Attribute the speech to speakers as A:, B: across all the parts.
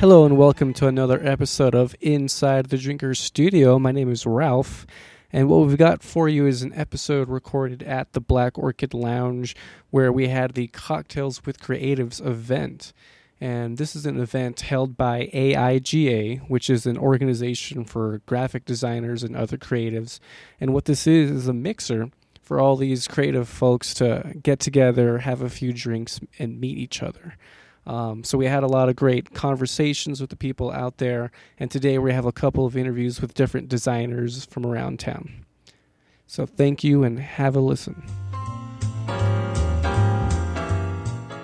A: Hello and welcome to another episode of Inside the Drinker Studio. My name is Ralph, and what we've got for you is an episode recorded at the Black Orchid Lounge where we had the Cocktails with Creatives event. And this is an event held by AIGA, which is an organization for graphic designers and other creatives. And what this is is a mixer for all these creative folks to get together, have a few drinks, and meet each other. Um, so we had a lot of great conversations with the people out there, and today we have a couple of interviews with different designers from around town. So thank you and have a listen.
B: All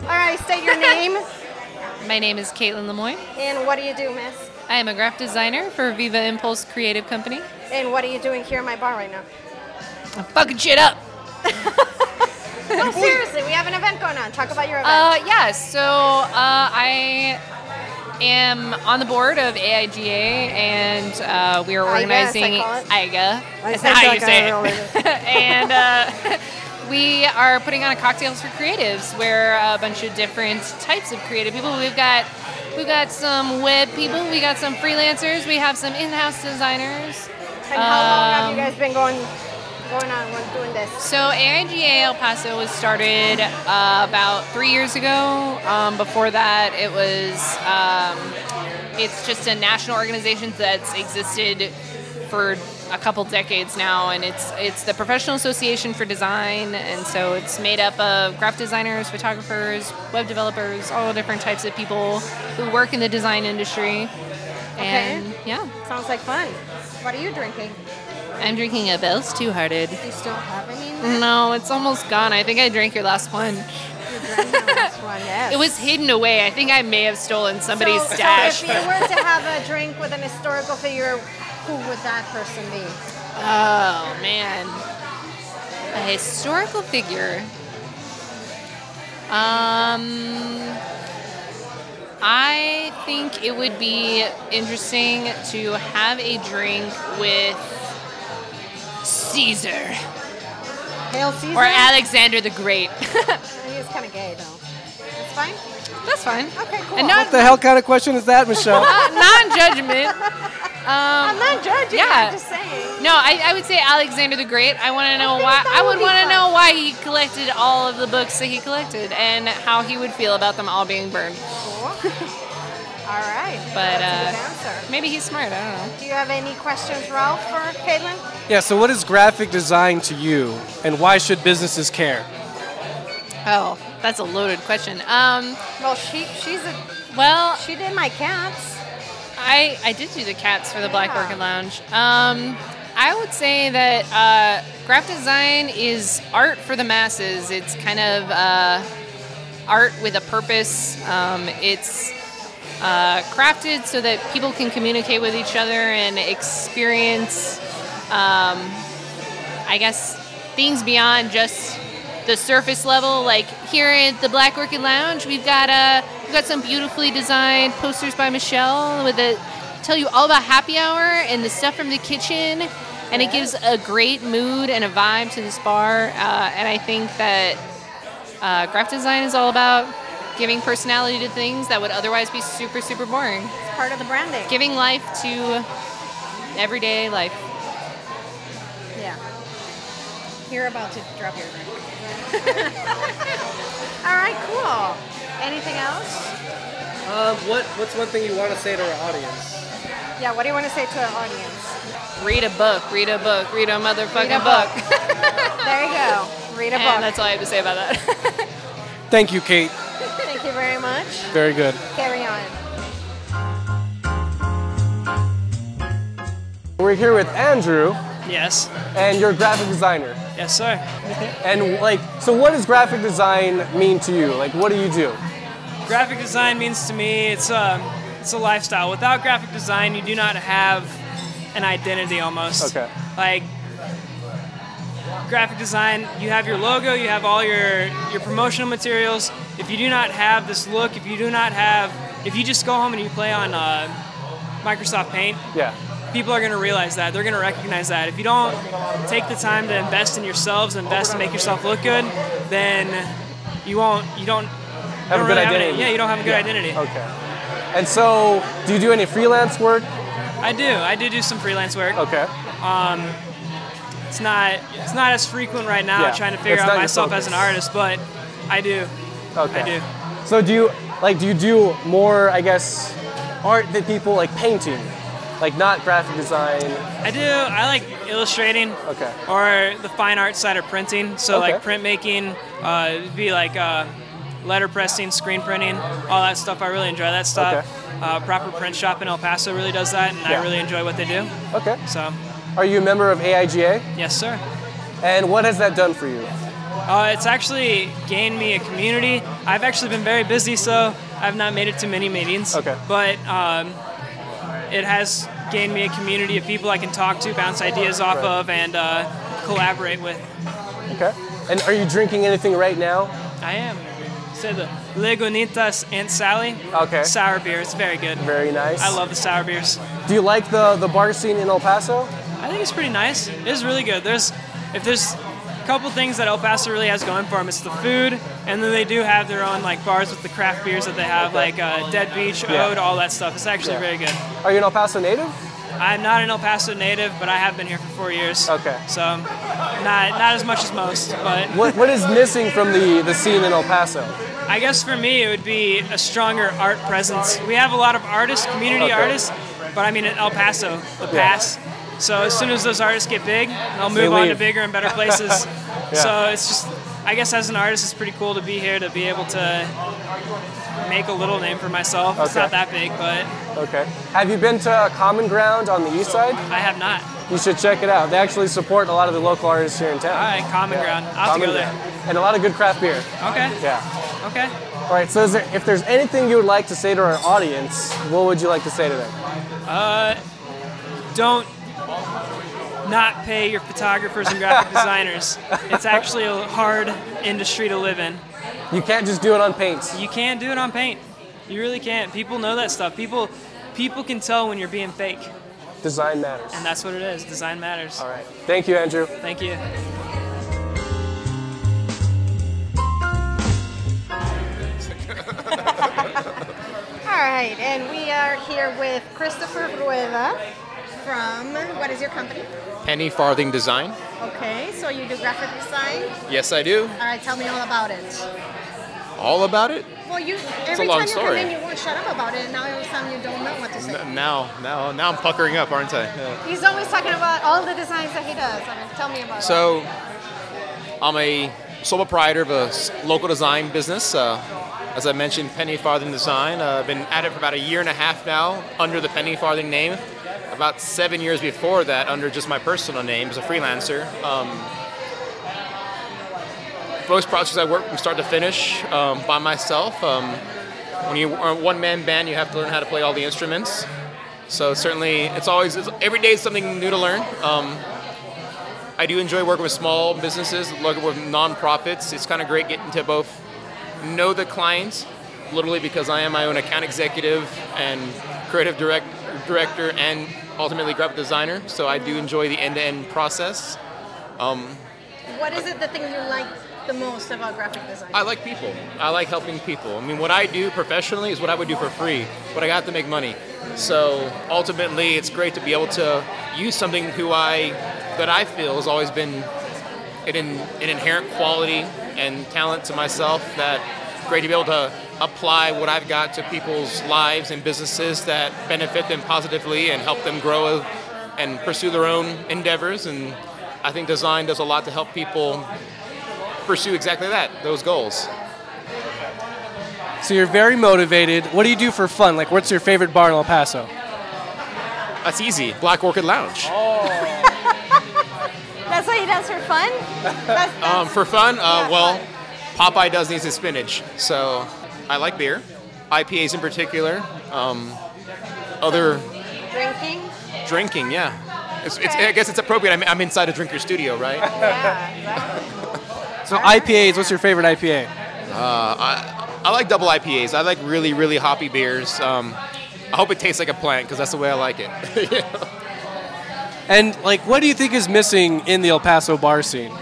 B: right, state your name
C: My name is Caitlin Lemoyne.
B: and what do you do, miss?
C: I am a graphic designer for Viva Impulse Creative Company.
B: And what are you doing here in my bar right now?
C: I'm fucking shit up.
B: No, seriously, we have an event going on. Talk about your event.
C: Uh, yeah, so uh, I am on the board of AIGA, and uh, we are
B: I guess I
C: organizing
B: call it.
C: AIGA.
B: I
C: That's
B: said
C: not how you
B: that,
C: say
B: I
C: it.
B: don't
C: and uh, we are putting on a cocktails for creatives, where a bunch of different types of creative people. We've got we've got some web people, we got some freelancers, we have some in-house designers.
B: and how long have you
C: um,
B: guys been going going on with doing this?
C: So AIGA El Paso was started uh, about three years ago. Um, before that, it was um, it's just a national organization that's existed for a couple decades now, and it's it's the Professional Association for Design, and so it's made up of graphic designers, photographers, web developers, all different types of people who work in the design industry. And yeah,
B: Sounds like fun. What are you drinking?
C: I'm drinking a Bell's Two Hearted.
B: Do you still have any?
C: No, it's almost gone. I think I drank your last one.
B: You drank the last one, yes.
C: It was hidden away. I think I may have stolen somebody's
B: so,
C: stash.
B: So if you were to have a drink with an historical figure, who would that person be?
C: oh man, a historical figure. Um, I think it would be interesting to have a drink with Caesar
B: Hail Caesar.
C: or Alexander the Great.
B: He's kind of gay though. That's fine.
C: That's fine.
B: Okay, cool.
C: And not
A: What the hell kind of question is that, Michelle?
C: non-judgment.
B: I'm not judging.
C: yeah.
B: I'm just saying.
C: No, I, I would say Alexander the Great. I want to know
B: think
C: why.
B: that
C: I
B: would
C: would
B: be
C: want to
B: fun.
C: know why he collected all of the books that he collected and how he would feel about them all being burned.
B: Cool. All right.
C: But,
B: That's a good answer.
C: Maybe he's smart. I don't know.
B: Do you have any questions, Ralph, for Caitlin?
A: yeah, so what is graphic design to you, and why should businesses care?
C: Oh, that's a loaded question. Um,
B: Well, she she's a
C: well,
B: she did my cats.
C: I I did do the cats for the Black
B: Yeah.
C: Orchid Lounge. Um, I would say that uh, graphic design is art for the masses. It's kind of uh, art with a purpose. Um, it's uh, crafted so that people can communicate with each other and experience, um, I guess, things beyond just the surface level. Like here at the Black Orchid Lounge, we've got uh, we've got some beautifully designed posters by Michelle with a tell you all about happy hour and the stuff from the kitchen. And it gives a great mood and a vibe to this bar. Uh, and I think that uh, graphic design is all about giving personality to things that would otherwise be super, super boring.
B: It's part of the branding.
C: Giving life to everyday life.
B: yeah. You're about to drop your drink. All right, cool. Anything else?
D: Um, what What's one thing you want to say to our audience?
B: Yeah. What do you want to say to our audience?
C: Read a book, read a book, read a motherfucking
B: Read a
C: book.
B: There you go. Read a
C: And
B: book.
C: that's all I have to say about that.
A: Thank you, Kate.
B: Thank you very much.
A: Very good.
B: Carry on.
A: We're here with Andrew,
D: Yes.
A: and you're a graphic designer.
D: Yes, sir.
A: And like, so what does graphic design mean to you? Like, what do you do?
D: Graphic design means to me it's a it's a lifestyle. Without graphic design, you do not have an identity almost.
A: Okay.
D: Like graphic design, you have your logo, you have all your your promotional materials. If you do not have this look, if you do not have, if you just go home and you play on uh, Microsoft Paint,
A: Yeah.
D: people are going to realize that. They're going to recognize that. If you don't take the time to invest in yourselves, invest and make yourself look good, then you won't. You don't. Have
A: a good
D: really Have
A: identity.
D: any- yeah, you don't have a good identity.
A: Okay.
E: And so, do you do any freelance work?
D: I do. I do do some freelance work.
E: Okay.
D: It's not it's not as frequent right now.
E: Yeah.
D: Trying to figure
E: It's not
D: out
E: your
D: myself as
E: focus.
D: an artist, but I do.
E: Okay.
D: I do.
E: So do you like do you do more I guess art that people like painting, like not graphic design?
D: I do. I like illustrating.
E: Okay.
D: Or the fine art side of printing. So
E: Okay.
D: like printmaking, uh, it'd be like uh, letter pressing, screen printing, all that stuff. I really enjoy that stuff. Uh, proper print shop in El Paso really does that, and
E: Yeah.
D: I really enjoy what they do.
E: Okay.
D: So,
E: Are you a member of AIGA?
D: yes, sir.
E: And what has that done for you?
D: Uh, it's actually gained me a community. I've actually been very busy, so I've not made it to many meetings.
E: Okay.
D: But um, it has gained me a community of people I can talk to, bounce ideas off
E: Right.
D: of, and uh, collaborate with.
E: Okay. And are you drinking anything right now?
D: I am. Said the Lagunitas Aunt Sally.
E: Okay.
D: Sour beer. It's very good.
E: Very nice.
D: I love the sour beers.
E: Do you like the the bar scene in El Paso?
D: I think it's pretty nice. It is really good. There's, if there's a couple things that El Paso really has going for them, it's the food, and then they do have their own like bars with the craft beers that they have, like uh, Dead Beach,
E: Yeah.
D: Ode, all that stuff. It's actually
E: Yeah.
D: very good.
E: Are you an El Paso native?
D: I'm not an El Paso native, but I have been here for four years.
E: Okay.
D: So, not not as much as most, but
E: What what is missing from the the scene in El Paso?
D: I guess for me, it would be a stronger art presence. We have a lot of artists, community
E: Okay.
D: artists, but I mean in El Paso, the
E: Yeah.
D: pass. So as soon as those artists get big, they'll
E: They
D: move on to
E: leave.
D: bigger and better places. So it's just, I guess as an artist, it's pretty cool to be here to be able to make a little name for myself. It's
E: Okay.
D: not that big, but
E: Okay. Have you been to Common Ground on the east side?
D: I have not.
E: You should check it out. They actually support a lot of the local artists here in town.
D: All right, common ground. I'll have to
E: Common
D: go there.
E: Ground. And a lot of good craft beer.
D: Okay.
E: Yeah.
D: Okay.
E: All right. So, is there, if there's anything you would like to say to our audience, what would you like to say to them?
D: Uh, don't not pay your photographers and graphic designers. It's actually a hard industry to live in.
E: You can't just do it on paints.
D: You can't do it on paint. You really can't. People know that stuff. People people can tell when you're being fake.
E: Design matters.
D: And that's what it is. Design matters.
E: All right. Thank you, Andrew.
D: Thank you.
B: All right, and we are here with Christopher Rueda from what is your company?
F: Penny Farthing Design.
B: Okay, so you do graphic design.
F: Yes, I do.
B: All right, tell me all about it.
F: All about it.
B: Well, you every
F: long
B: time you
F: story.
B: come in, you won't shut up about it, and now all of a sudden you don't know what to say.
F: N- Now, now, now I'm puckering up, aren't I? Yeah.
B: He's always talking about all the designs that he does. I mean, tell me about it.
F: So, I'm a sole proprietor of a s- local design business. Uh, as I mentioned, Penny Farthing Design. Uh, I've been at it for about a year and a half now under the Penny Farthing name. About seven years before that, under just my personal name as a freelancer. Um, most projects I work from start to finish um, by myself. Um, when you are a one-man band, you have to learn how to play all the instruments. So certainly, it's always it's, every day is something new to learn. Um, I do enjoy working with small businesses, working with nonprofits. It's kind of great getting to both know the clients, literally because I am my own account executive and creative direct, director and ultimately graphic designer. So I do enjoy the end-to-end process.
B: What is it the thing you like the most about graphic design?
F: I like people. I like helping people. I mean, what I do professionally is what I would do for free, but I have to make money. So ultimately, it's great to be able to use something who I that I feel has always been an, in- an inherent quality and talent to myself that great to be able to apply what I've got to people's lives and businesses that benefit them positively and help them grow and pursue their own endeavors and I think design does a lot to help people pursue exactly that, those goals.
E: So you're very motivated. What do you do for fun? Like, what's your favorite bar in El Paso?
F: That's easy. Black Orchid Lounge.
B: that's what he does for fun. That's, that's,
F: Um, for fun, uh,
B: Yeah,
F: well,
B: fun.
F: Popeye does needs his spinach. So I like beer, IPAs in particular. Um, other
B: drinking.
F: drinking, yeah. It's, it's,
B: Okay.
F: I guess it's appropriate. I'm, I'm inside a drinker studio, right?
B: Yeah, exactly.
E: So IPAs. What's your favorite IPA?
F: I like double IPAs. I like really, really hoppy beers. Um, I hope it tastes like a plant because that's the way I like it.
E: And like, what do you think is missing in the El Paso bar scene?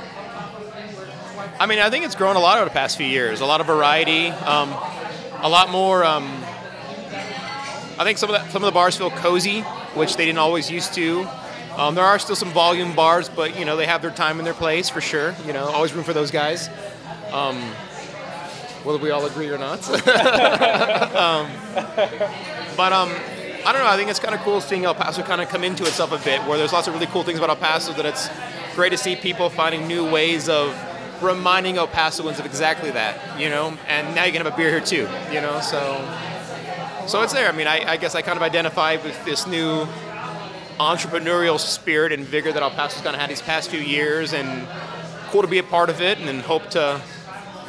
F: I mean, I think it's grown a lot over the past few years. A lot of variety, um, a lot more um, I think some of the, some of the bars feel cozy, which they didn't always used to. Um, there are still some volume bars, but you know they have their time and their place for sure. You know, always room for those guys. Um, whether we all agree or not. But um, I don't know. I think it's kind of cool seeing El Paso kind of come into itself a bit, where there's lots of really cool things about El Paso. That it's great to see people finding new ways of reminding El Pasoans of exactly that, you know. And now you can have a beer here too, you know. So, so it's there. I mean, I, I guess I kind of identify with this new entrepreneurial spirit and vigor that El Paso's kind of had these past few years, and cool to be a part of it, and then hope to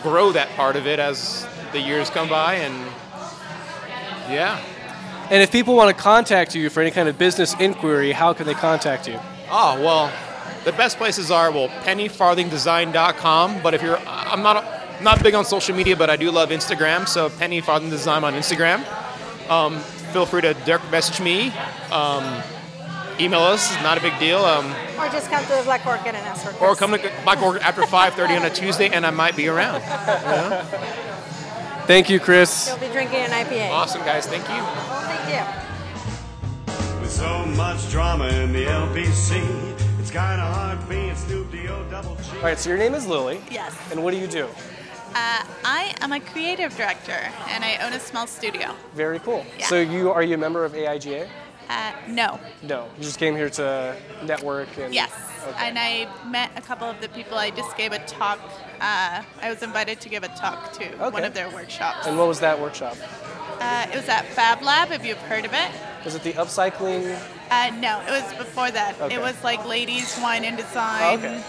F: grow that part of it as the years come by. And yeah.
E: And if people want to contact you for any kind of business inquiry, how can they contact you?
F: Oh, well, the best places are, well, pennyfarthingdesign.com. But if you're, I'm not, I'm not big on social media, but I do love Instagram. So Penny Farthing Design on Instagram. Um, feel free to direct message me. Um, email us. It's not a big deal. Um,
B: Or just come to the Black Orchid and ask for Chris.
F: or come to Black Orchid after 5.30 on a Tuesday, and I might be around.
E: Thank you, Chris.
B: You'll be drinking an IPA.
F: Awesome, guys. Thank you.
B: Well, thank you.
G: With so much drama in the LBC, it's kind of hard being Snoop D-O double G.
E: All right, so your name is Lily.
H: Yes.
E: And what do you do?
H: Uh, I am a creative director and I own a small studio.
E: Very cool.
H: Yeah.
E: So you are you a member of AIGA?
H: Uh, no.
E: No, you just came here to network and.
H: Yes.
E: Okay.
H: And I met a couple of the people. I just gave a talk. Uh, I was invited to give a talk to one
E: Okay.
H: of their workshops.
E: And what was that workshop?
H: Uh, it was at Fab Lab, if you've heard of it.
E: Was it the upcycling?
H: Uh, no, it was before that.
E: Okay.
H: It was like ladies, wine and
E: Oh,
H: design,
E: okay.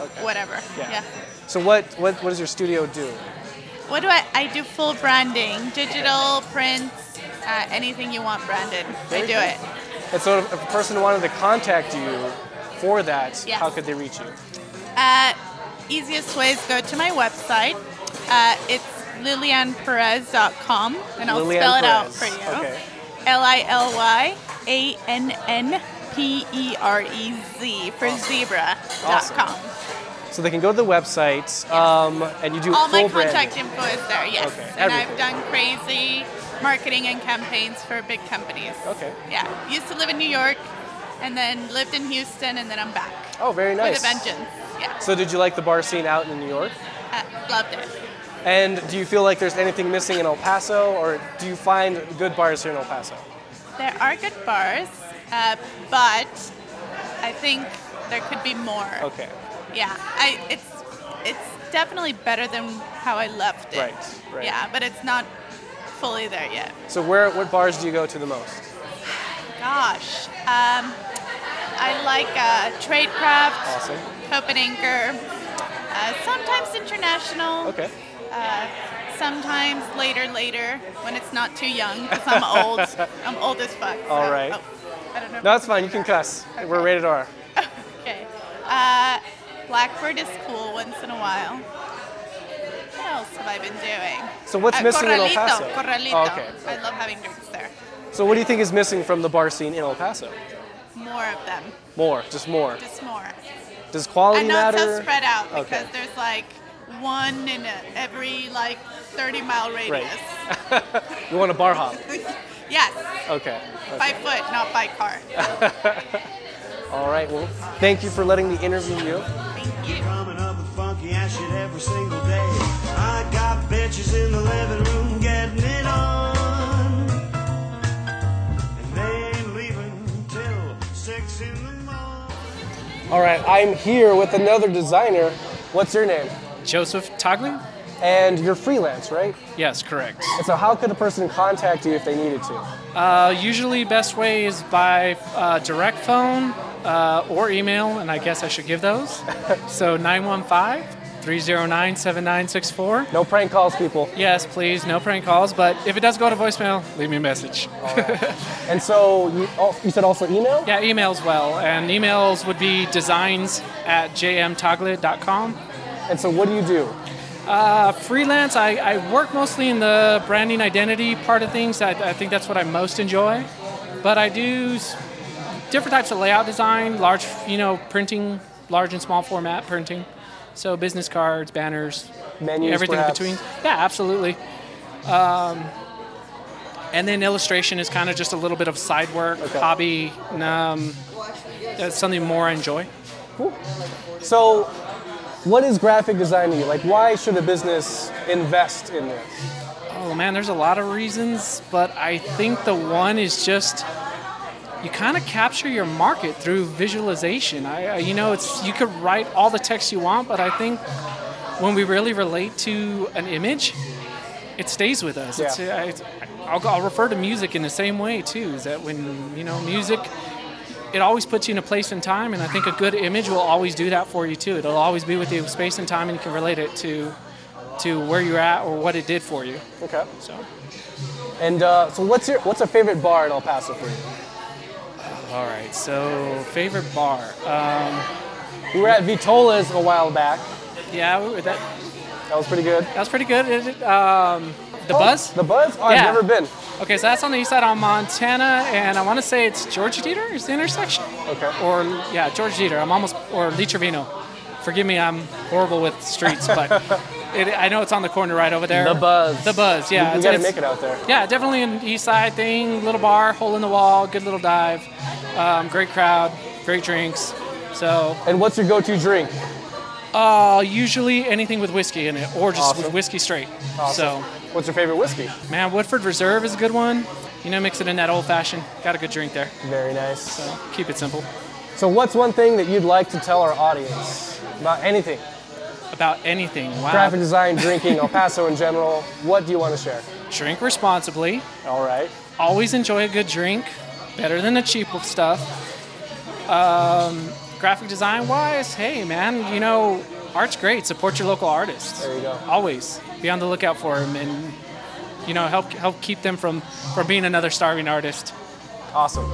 E: Okay.
H: whatever.
E: Yeah.
H: yeah.
E: So what, what what does your studio do?
H: What do I? I do full branding, digital, print, uh, anything you want branded. I
E: Very
H: do
E: cool.
H: it.
E: And so if a person wanted to contact you for that,
H: Yes.
E: how could they reach you?
H: Uh, easiest way is go to my website. Uh, it's lilianperez.com, and I'll
E: Lillian
H: spell it out
E: Perez.
H: for you.
E: Okay.
H: L I L Y A N N P E R E Z for zebra.
E: Awesome.
H: zebra.com.
E: So they can go to the website, um, and you do
H: All my
E: full
H: contact
E: branding.
H: info is there, yes.
E: Okay,
H: And
E: everything.
H: I've done crazy marketing and campaigns for big companies.
E: Okay.
H: Yeah. Used to live in New York and then lived in Houston and then I'm back.
E: Oh, very nice.
H: With a vengeance. Yeah.
E: So did you like the bar scene out in New York?
H: Uh, loved it.
E: And do you feel like there's anything missing in El Paso, or do you find good bars here in El Paso?
H: There are good bars, uh, but I think there could be more.
E: Okay,
H: Yeah, I it's it's definitely better than how I left it.
E: Right, right.
H: Yeah, but it's not fully there yet.
E: so where what bars do you go to the most?
H: Gosh, um, I like uh, tradecraft,
E: Awesome.
H: Copenhagen, uh, sometimes international.
E: Okay,
H: Sometimes later, later when it's not too young because I'm old. I'm old as fuck. so-
E: All right.
H: oh, I don't know. if
E: no, that's fine. You can cuss. We're rated R.
H: Okay. Uh, Blackbird is cool once in a while. What else have I been doing?
E: So what's
H: Uh,
E: missing in El
H: Corralito,
E: Paso?
H: Corralito.
E: Oh, okay.
H: I love having drinks there.
E: So what do you think is missing from the bar scene in El Paso?
H: More of them,
E: More, just more.
H: just more.
E: Does
H: I
E: quality
H: know
E: matter?
H: it's so spread out
E: Okay.
H: because there's like one in a, every like 30 mile radius.
E: You want a bar hop?
H: Yes,
E: Okay.
H: by foot, not by car.
E: All right. Well, thank you for letting me interview you.
H: Thank you.
G: Drumming up the funky ass shit every single day. I got bitches in the living room getting it on. And they ain't leaving till six in the morning.
E: All right. I'm here with another designer. What's your name?
I: Joseph Togler?
E: And you're freelance, right?
I: Yes, correct.
E: And so how could a person contact you if they needed to?
I: Uh, usually, best way is by uh, direct phone uh, or email, and I guess I should give those. so 915 309 7964.
E: No prank calls, people.
I: Yes, please, no prank calls, but if it does go to voicemail, leave me a message.
E: And so you, oh, you said also email?
I: Yeah, emails well, and emails would be designs at jmtoglet.com.
E: And so what do you do?
I: freelance I, I work mostly in the branding identity part of things I, I think that's what i most enjoy but i do s- different types of layout design large you know printing large and small format printing so business cards banners
E: Menus,
I: everything
E: perhaps?
I: in between yeah absolutely um, and then illustration is kind of just a little bit of side work, hobby, and, um, that's something more I enjoy.
E: So, what is graphic design to you? Like, why should a business invest in this?
I: Oh man, there's a lot of reasons, but I think the one is just you kind of capture your market through visualization. I, I- you know, it's you could write all the text you want, but I think when we really relate to an image, it stays with us. It's,
E: Yeah.
I: I- it's, I'll, I'll refer to music in the same way too. Is that when you know music, it always puts you in a place and time, and I think a good image will always do that for you too. It'll always be with you space and time, and you can relate it to to where you're at or what it did for you.
E: Okay.
I: So.
E: And uh, so, what's your what's a favorite bar in El Paso for you?
I: All right, so favorite bar. Um,
E: We were at Vitola's a while back.
I: yeah, we- that,
E: That was pretty good.
I: that was pretty good. Is it, um, the Buzz?
E: The Buzz? Oh,
I: Yeah.
E: I've never been.
I: Okay, so that's on the east side on Montana, and I want to say it's George Dieter is the intersection.
E: Okay.
I: Or, yeah, George Dieter. I'm almost, or Lee Trevino. Forgive me, I'm horrible with streets, but it, I know it's on the corner right over there.
E: The Buzz.
I: The Buzz, yeah.
E: We- we
I: it's-
E: gotta
I: it's-
E: make it out there.
I: Yeah, definitely an east side thing. Little bar, hole in the wall, good little dive. Um, great crowd, great drinks. So
E: And what's your go-to drink?
I: Uh, usually anything with whiskey in it, or just with
E: Awesome.
I: whiskey straight.
E: What's your favorite whiskey?
I: So, man, Woodford Reserve is a good one. You know, mix it in that old fashioned. Got a good drink there.
E: Very nice.
I: Keep it simple.
E: So, what's one thing that you'd like to tell our audience about anything?
I: Uh, About anything. Wow.
E: Graphic design, drinking, El Paso in general. What do you want to share?
I: Drink responsibly.
E: All right.
I: Always enjoy a good drink. Better than the cheap stuff. Um, graphic design wise, hey man, you know, art's great. Support your local artists.
E: There you go.
I: Always be on the lookout for them, and you know, help help keep them from from being another starving artist.
E: Awesome.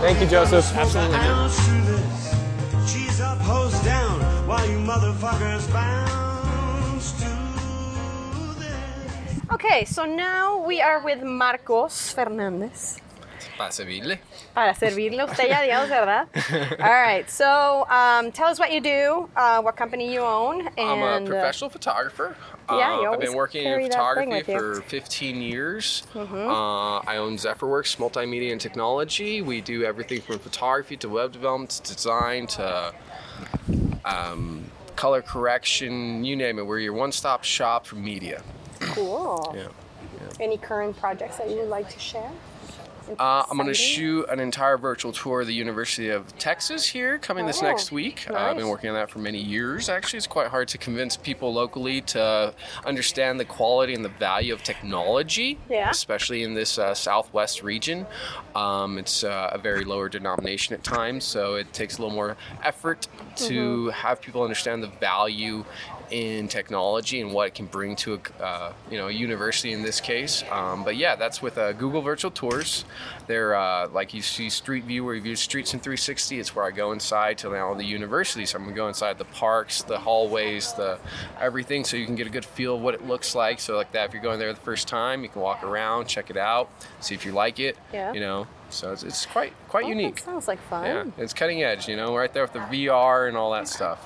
E: Thank you, Joseph.
I: Absolutely.
G: Bounce through this. Cheese up, hose down, while you motherfuckers bounce to this.
B: Okay, so now we are with Marcos Fernandez.
J: Pasaville.
B: Para servirle a usted ya, digamos, ¿verdad? All right, so um, tell us what you do, uh, what company you own, and
J: I'm a
B: uh,
J: professional photographer. Uh,
B: yeah, you
J: I've
B: always
J: been working
B: carry
J: in
B: that thing
J: photography
B: with you.
J: for 15 years. Uh, I own Zephyrworks Multimedia and Technology. We do everything from photography to web development to design to um, color correction, you name it. We're your one stop shop for media.
B: cool.
J: Yeah.
B: Any current projects that you would like to share?
J: Uh, I'm going to
B: Exciting.
J: shoot an entire virtual tour of the University of Texas here coming this
B: Oh,
J: next week. Uh, I've been
B: nice.
J: working on that for many years, actually. It's quite hard to convince people locally to understand the quality and the value of technology,
B: Yeah.
J: especially in this uh, southwest region. Um, it's uh, a very lower denomination at times, so it takes a little more effort
B: Mm-hmm.
J: to have people understand the value in technology and what it can bring to a uh, you know a university in this case. Um, but yeah, that's with uh, Google Virtual Tours. They're uh, like you see Street View where you view streets in 360. It's where I go inside to now the university. So I'm gonna go inside the parks, the hallways, the everything, so you can get a good feel of what it looks like. So like that, if you're going there the first time, you can walk around, check it out, see if you like it.
B: Yeah.
J: You know, so it's, it's quite quite
B: Oh,
J: unique.
B: That sounds like fun.
J: Yeah, it's cutting edge, you know, right there with the VR and all that stuff.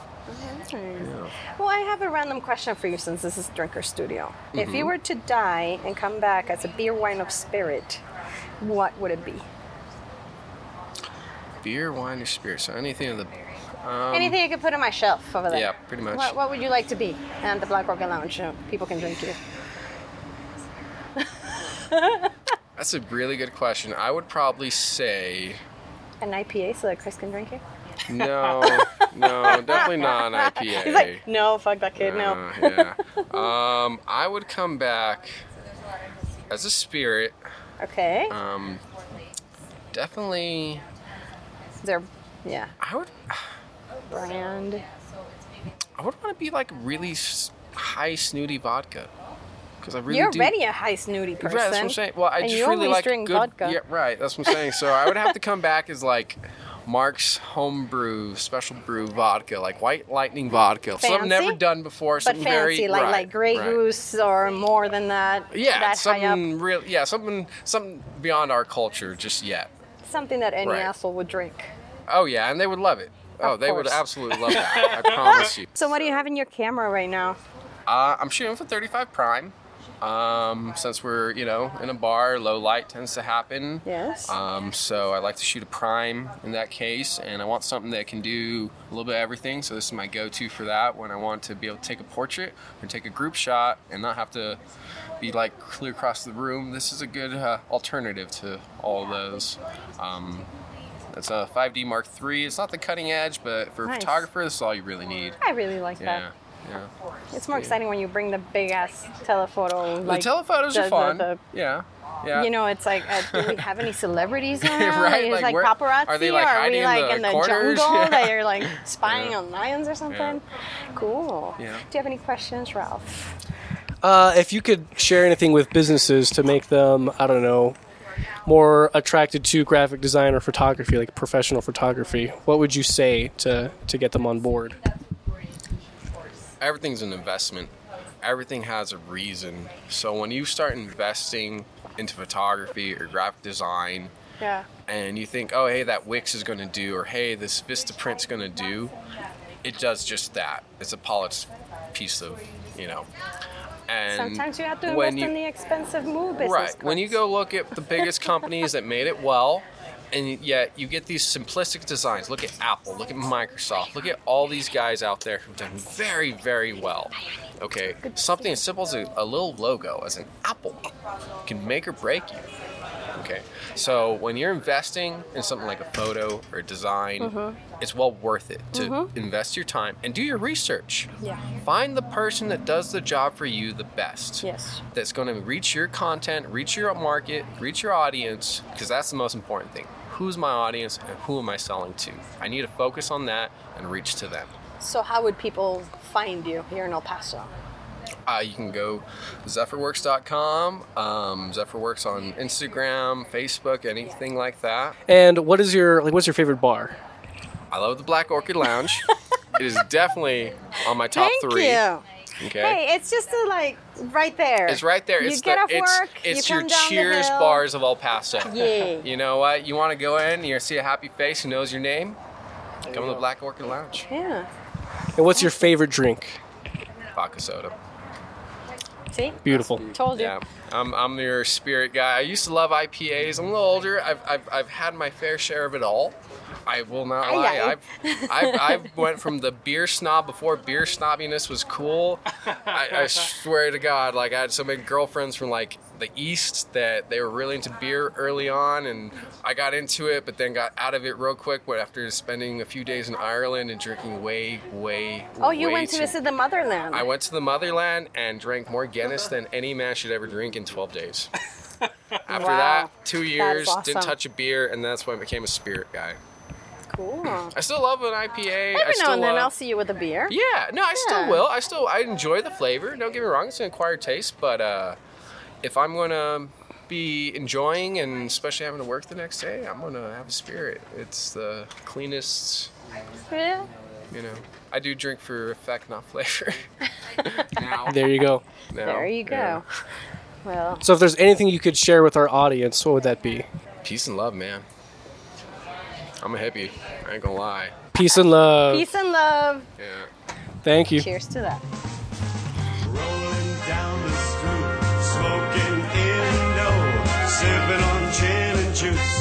B: Oh, Well, I have a random question for you since this is Drinker Studio. If
J: Mm-hmm.
B: you were to die and come back as a beer, wine, of spirit, what would it be?
J: Beer, wine, or spirits, so anything of the.
B: Anything you could put on my shelf over there.
J: Um, Yeah, pretty much.
B: What, what would you like to be at the Black Rocket Lounge? so People can drink you.
J: That's a really good question. I would probably say
B: An IPA so that Chris can drink you?
J: no, no, definitely not an IPA.
B: He's like, no, fuck that kid, no.
J: Uh, yeah. Um, I would come back as a spirit.
B: Okay.
J: Um, definitely,
B: They're, yeah,
J: I would.
B: brand.
J: I would want to be like really s- high snooty vodka, because I really
B: You're
J: do.
B: already a high snooty person.
J: Right, that's what I'm saying. Well, I
B: and
J: just
B: you
J: really
B: always
J: like
B: drink
J: good.
B: vodka.
J: Yeah, right. That's what I'm saying. So I would have to come back as like Mark's homebrew, special brew vodka, like White Lightning vodka, something I've never
B: Fancy,
J: done before.
B: But
J: something
B: fancy,
J: very
B: like
J: right,
B: like Grey
J: right.
B: Goose or more than that.
J: Yeah,
B: that high up.
J: something real. Yeah, something something beyond our culture just yet.
B: Something that any
J: Right.
B: asshole would drink.
J: Oh yeah, and they would love it. Oh,
B: Of
J: they would
B: course.
J: absolutely love that. I promise you.
B: So what do you have in your camera right now?
J: Uh, I'm shooting for 35 prime. Um, since we're you know in a bar, low light tends to happen.
B: Yes.
J: Um, so I like to shoot a prime in that case, and I want something that can do a little bit of everything. So this is my go-to for that when I want to be able to take a portrait or take a group shot and not have to be like clear across the room. This is a good uh, alternative to all those. Um, it's a 5D Mark III. It's not the cutting edge, but for a
B: Nice.
J: photographer, this is all you really need.
B: I really like
J: Yeah,
B: that.
J: yeah.
B: It's more
J: Yeah.
B: exciting when you bring the big ass telephoto. Like,
J: the telephotos
B: the-
J: are
B: the-
J: fun.
B: the-
J: yeah, yeah.
B: You know, it's like, uh, do we have any celebrities around?
J: Right,
B: It's
J: like,
B: like,
J: where-
B: paparazzi?
J: are they, like,
B: or are
J: hiding
B: we
J: in
B: like
J: the
B: in the
J: corners?
B: jungle
J: Yeah.
B: that you're like spying
J: Yeah.
B: on lions or something? Cool.
J: Yeah.
B: Do you have any questions, Ralph?
E: Uh, if you could share anything with businesses to make them, I don't know, more attracted to graphic design or photography, like professional photography, what would you say to, to get them on board?
J: everything's an investment. Everything has a reason. So when you start investing into photography or graphic design,
B: Yeah.
J: and you think, oh, hey, that Wix is going to do, or hey, this Vistaprint's going to do, it does just that. It's a polished piece of, you know. And
B: Sometimes you have to
J: when
B: invest in
J: you-
B: the expensive move business.
J: Right. When you go look at the biggest companies that made it well, and yet you get these simplistic designs. Look at Apple, look at Microsoft, look at all these guys out there who've done very, very well. Okay, something as simple as a, a little logo, as an apple, can make or break you. Okay, so when you're investing in something like a photo or a design,
B: Mm-hmm.
J: it's well worth it to invest your time and do your research.
B: Yeah.
J: Find the person that does the job for you the best
B: Yes.
J: that's going to reach your content, reach your market, reach your audience, because that's the most important thing. Who's my audience and who am I selling to? I need to focus on that and reach to them.
B: So, how would people find you here in El Paso?
J: Uh, you can go zephyrworks.com, um, zephyrworks on Instagram, Facebook, anything like that.
E: And what is your like? What's your favorite bar?
J: I love the Black Orchid Lounge. it is definitely on my top
B: Thank
J: three.
B: you.
J: Okay.
B: Hey, it's just a, like right there.
J: It's right there.
B: You
J: it's
B: get
J: the,
B: off
J: it's,
B: work,
J: It's
B: you
J: your
B: come down the
J: Cheers
B: hill.
J: bars of El Paso.
B: Yeah.
J: You know what? You want to go in, you see a happy face who knows your name. Come to the Black Orchid Lounge.
B: Yeah.
E: And what's your favorite drink?
J: Vodka soda.
B: See?
E: Beautiful.
B: Told you.
J: Yeah, I'm, I'm your spirit guy. I used to love IPAs. I'm a little older. I've, I've, I've had my fair share of it all. I will not
B: Aye, aye.
J: lie. I've, I've, I've went from the beer snob before beer snobbiness was cool. I, I swear to God, like I had so many girlfriends from like the East that they were really into beer early on, and I got into it, but then got out of it real quick. But after spending a few days in Ireland and drinking way, way,
B: Oh, you
J: way
B: went to
J: too
B: visit the motherland.
J: I went to the motherland and drank more Guinness than any man should ever drink in 12 days. After
B: Wow.
J: that, two
B: is
J: years, didn't
B: awesome.
J: touch a beer, and that's when I became a spirit guy.
B: cool.
J: I still love an IPA. I
B: Every
J: still uh,
B: now and then
J: love-
B: I'll see you with a beer.
J: Yeah, no, I
B: Yeah.
J: still will. I still I enjoy the flavor. Don't get me wrong; it's an acquired taste. But uh, if I'm gonna be enjoying and especially having to work the next day, I'm gonna have a spirit. It's the cleanest,
B: Yeah.
J: you know. I do drink for effect, not flavor. now,
E: There you go.
J: now,
B: There you go.
J: yeah.
B: Well,
E: So if there's anything you could share with our audience, what would that be?
J: Peace and love, man. I'm a hippie. I ain't gonna lie.
E: Peace and love.
B: peace and love.
J: Yeah.
E: Thank you.
B: Cheers to that.
G: Rolling down the street, smoking Indo, sipping on gin and juice.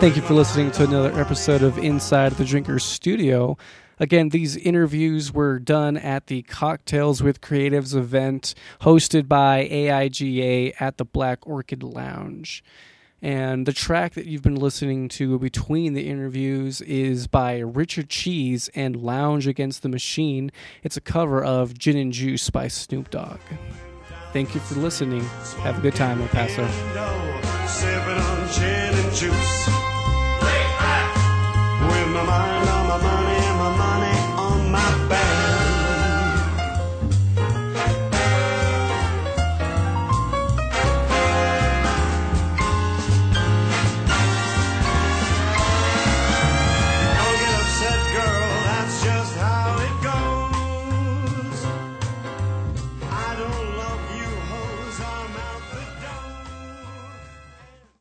A: Thank you for listening to another episode of Inside the Drinker's Studio. Again, these interviews were done at the Cocktails with Creatives event hosted by AIGA at the Black Orchid Lounge. And the track that you've been listening to between the interviews is by Richard Cheese and Lounge Against the Machine. It's a cover of Gin and Juice by Snoop Dogg. Thank you for listening. Have a good time, El Paso.
G: Indo, sipping on gin and juice.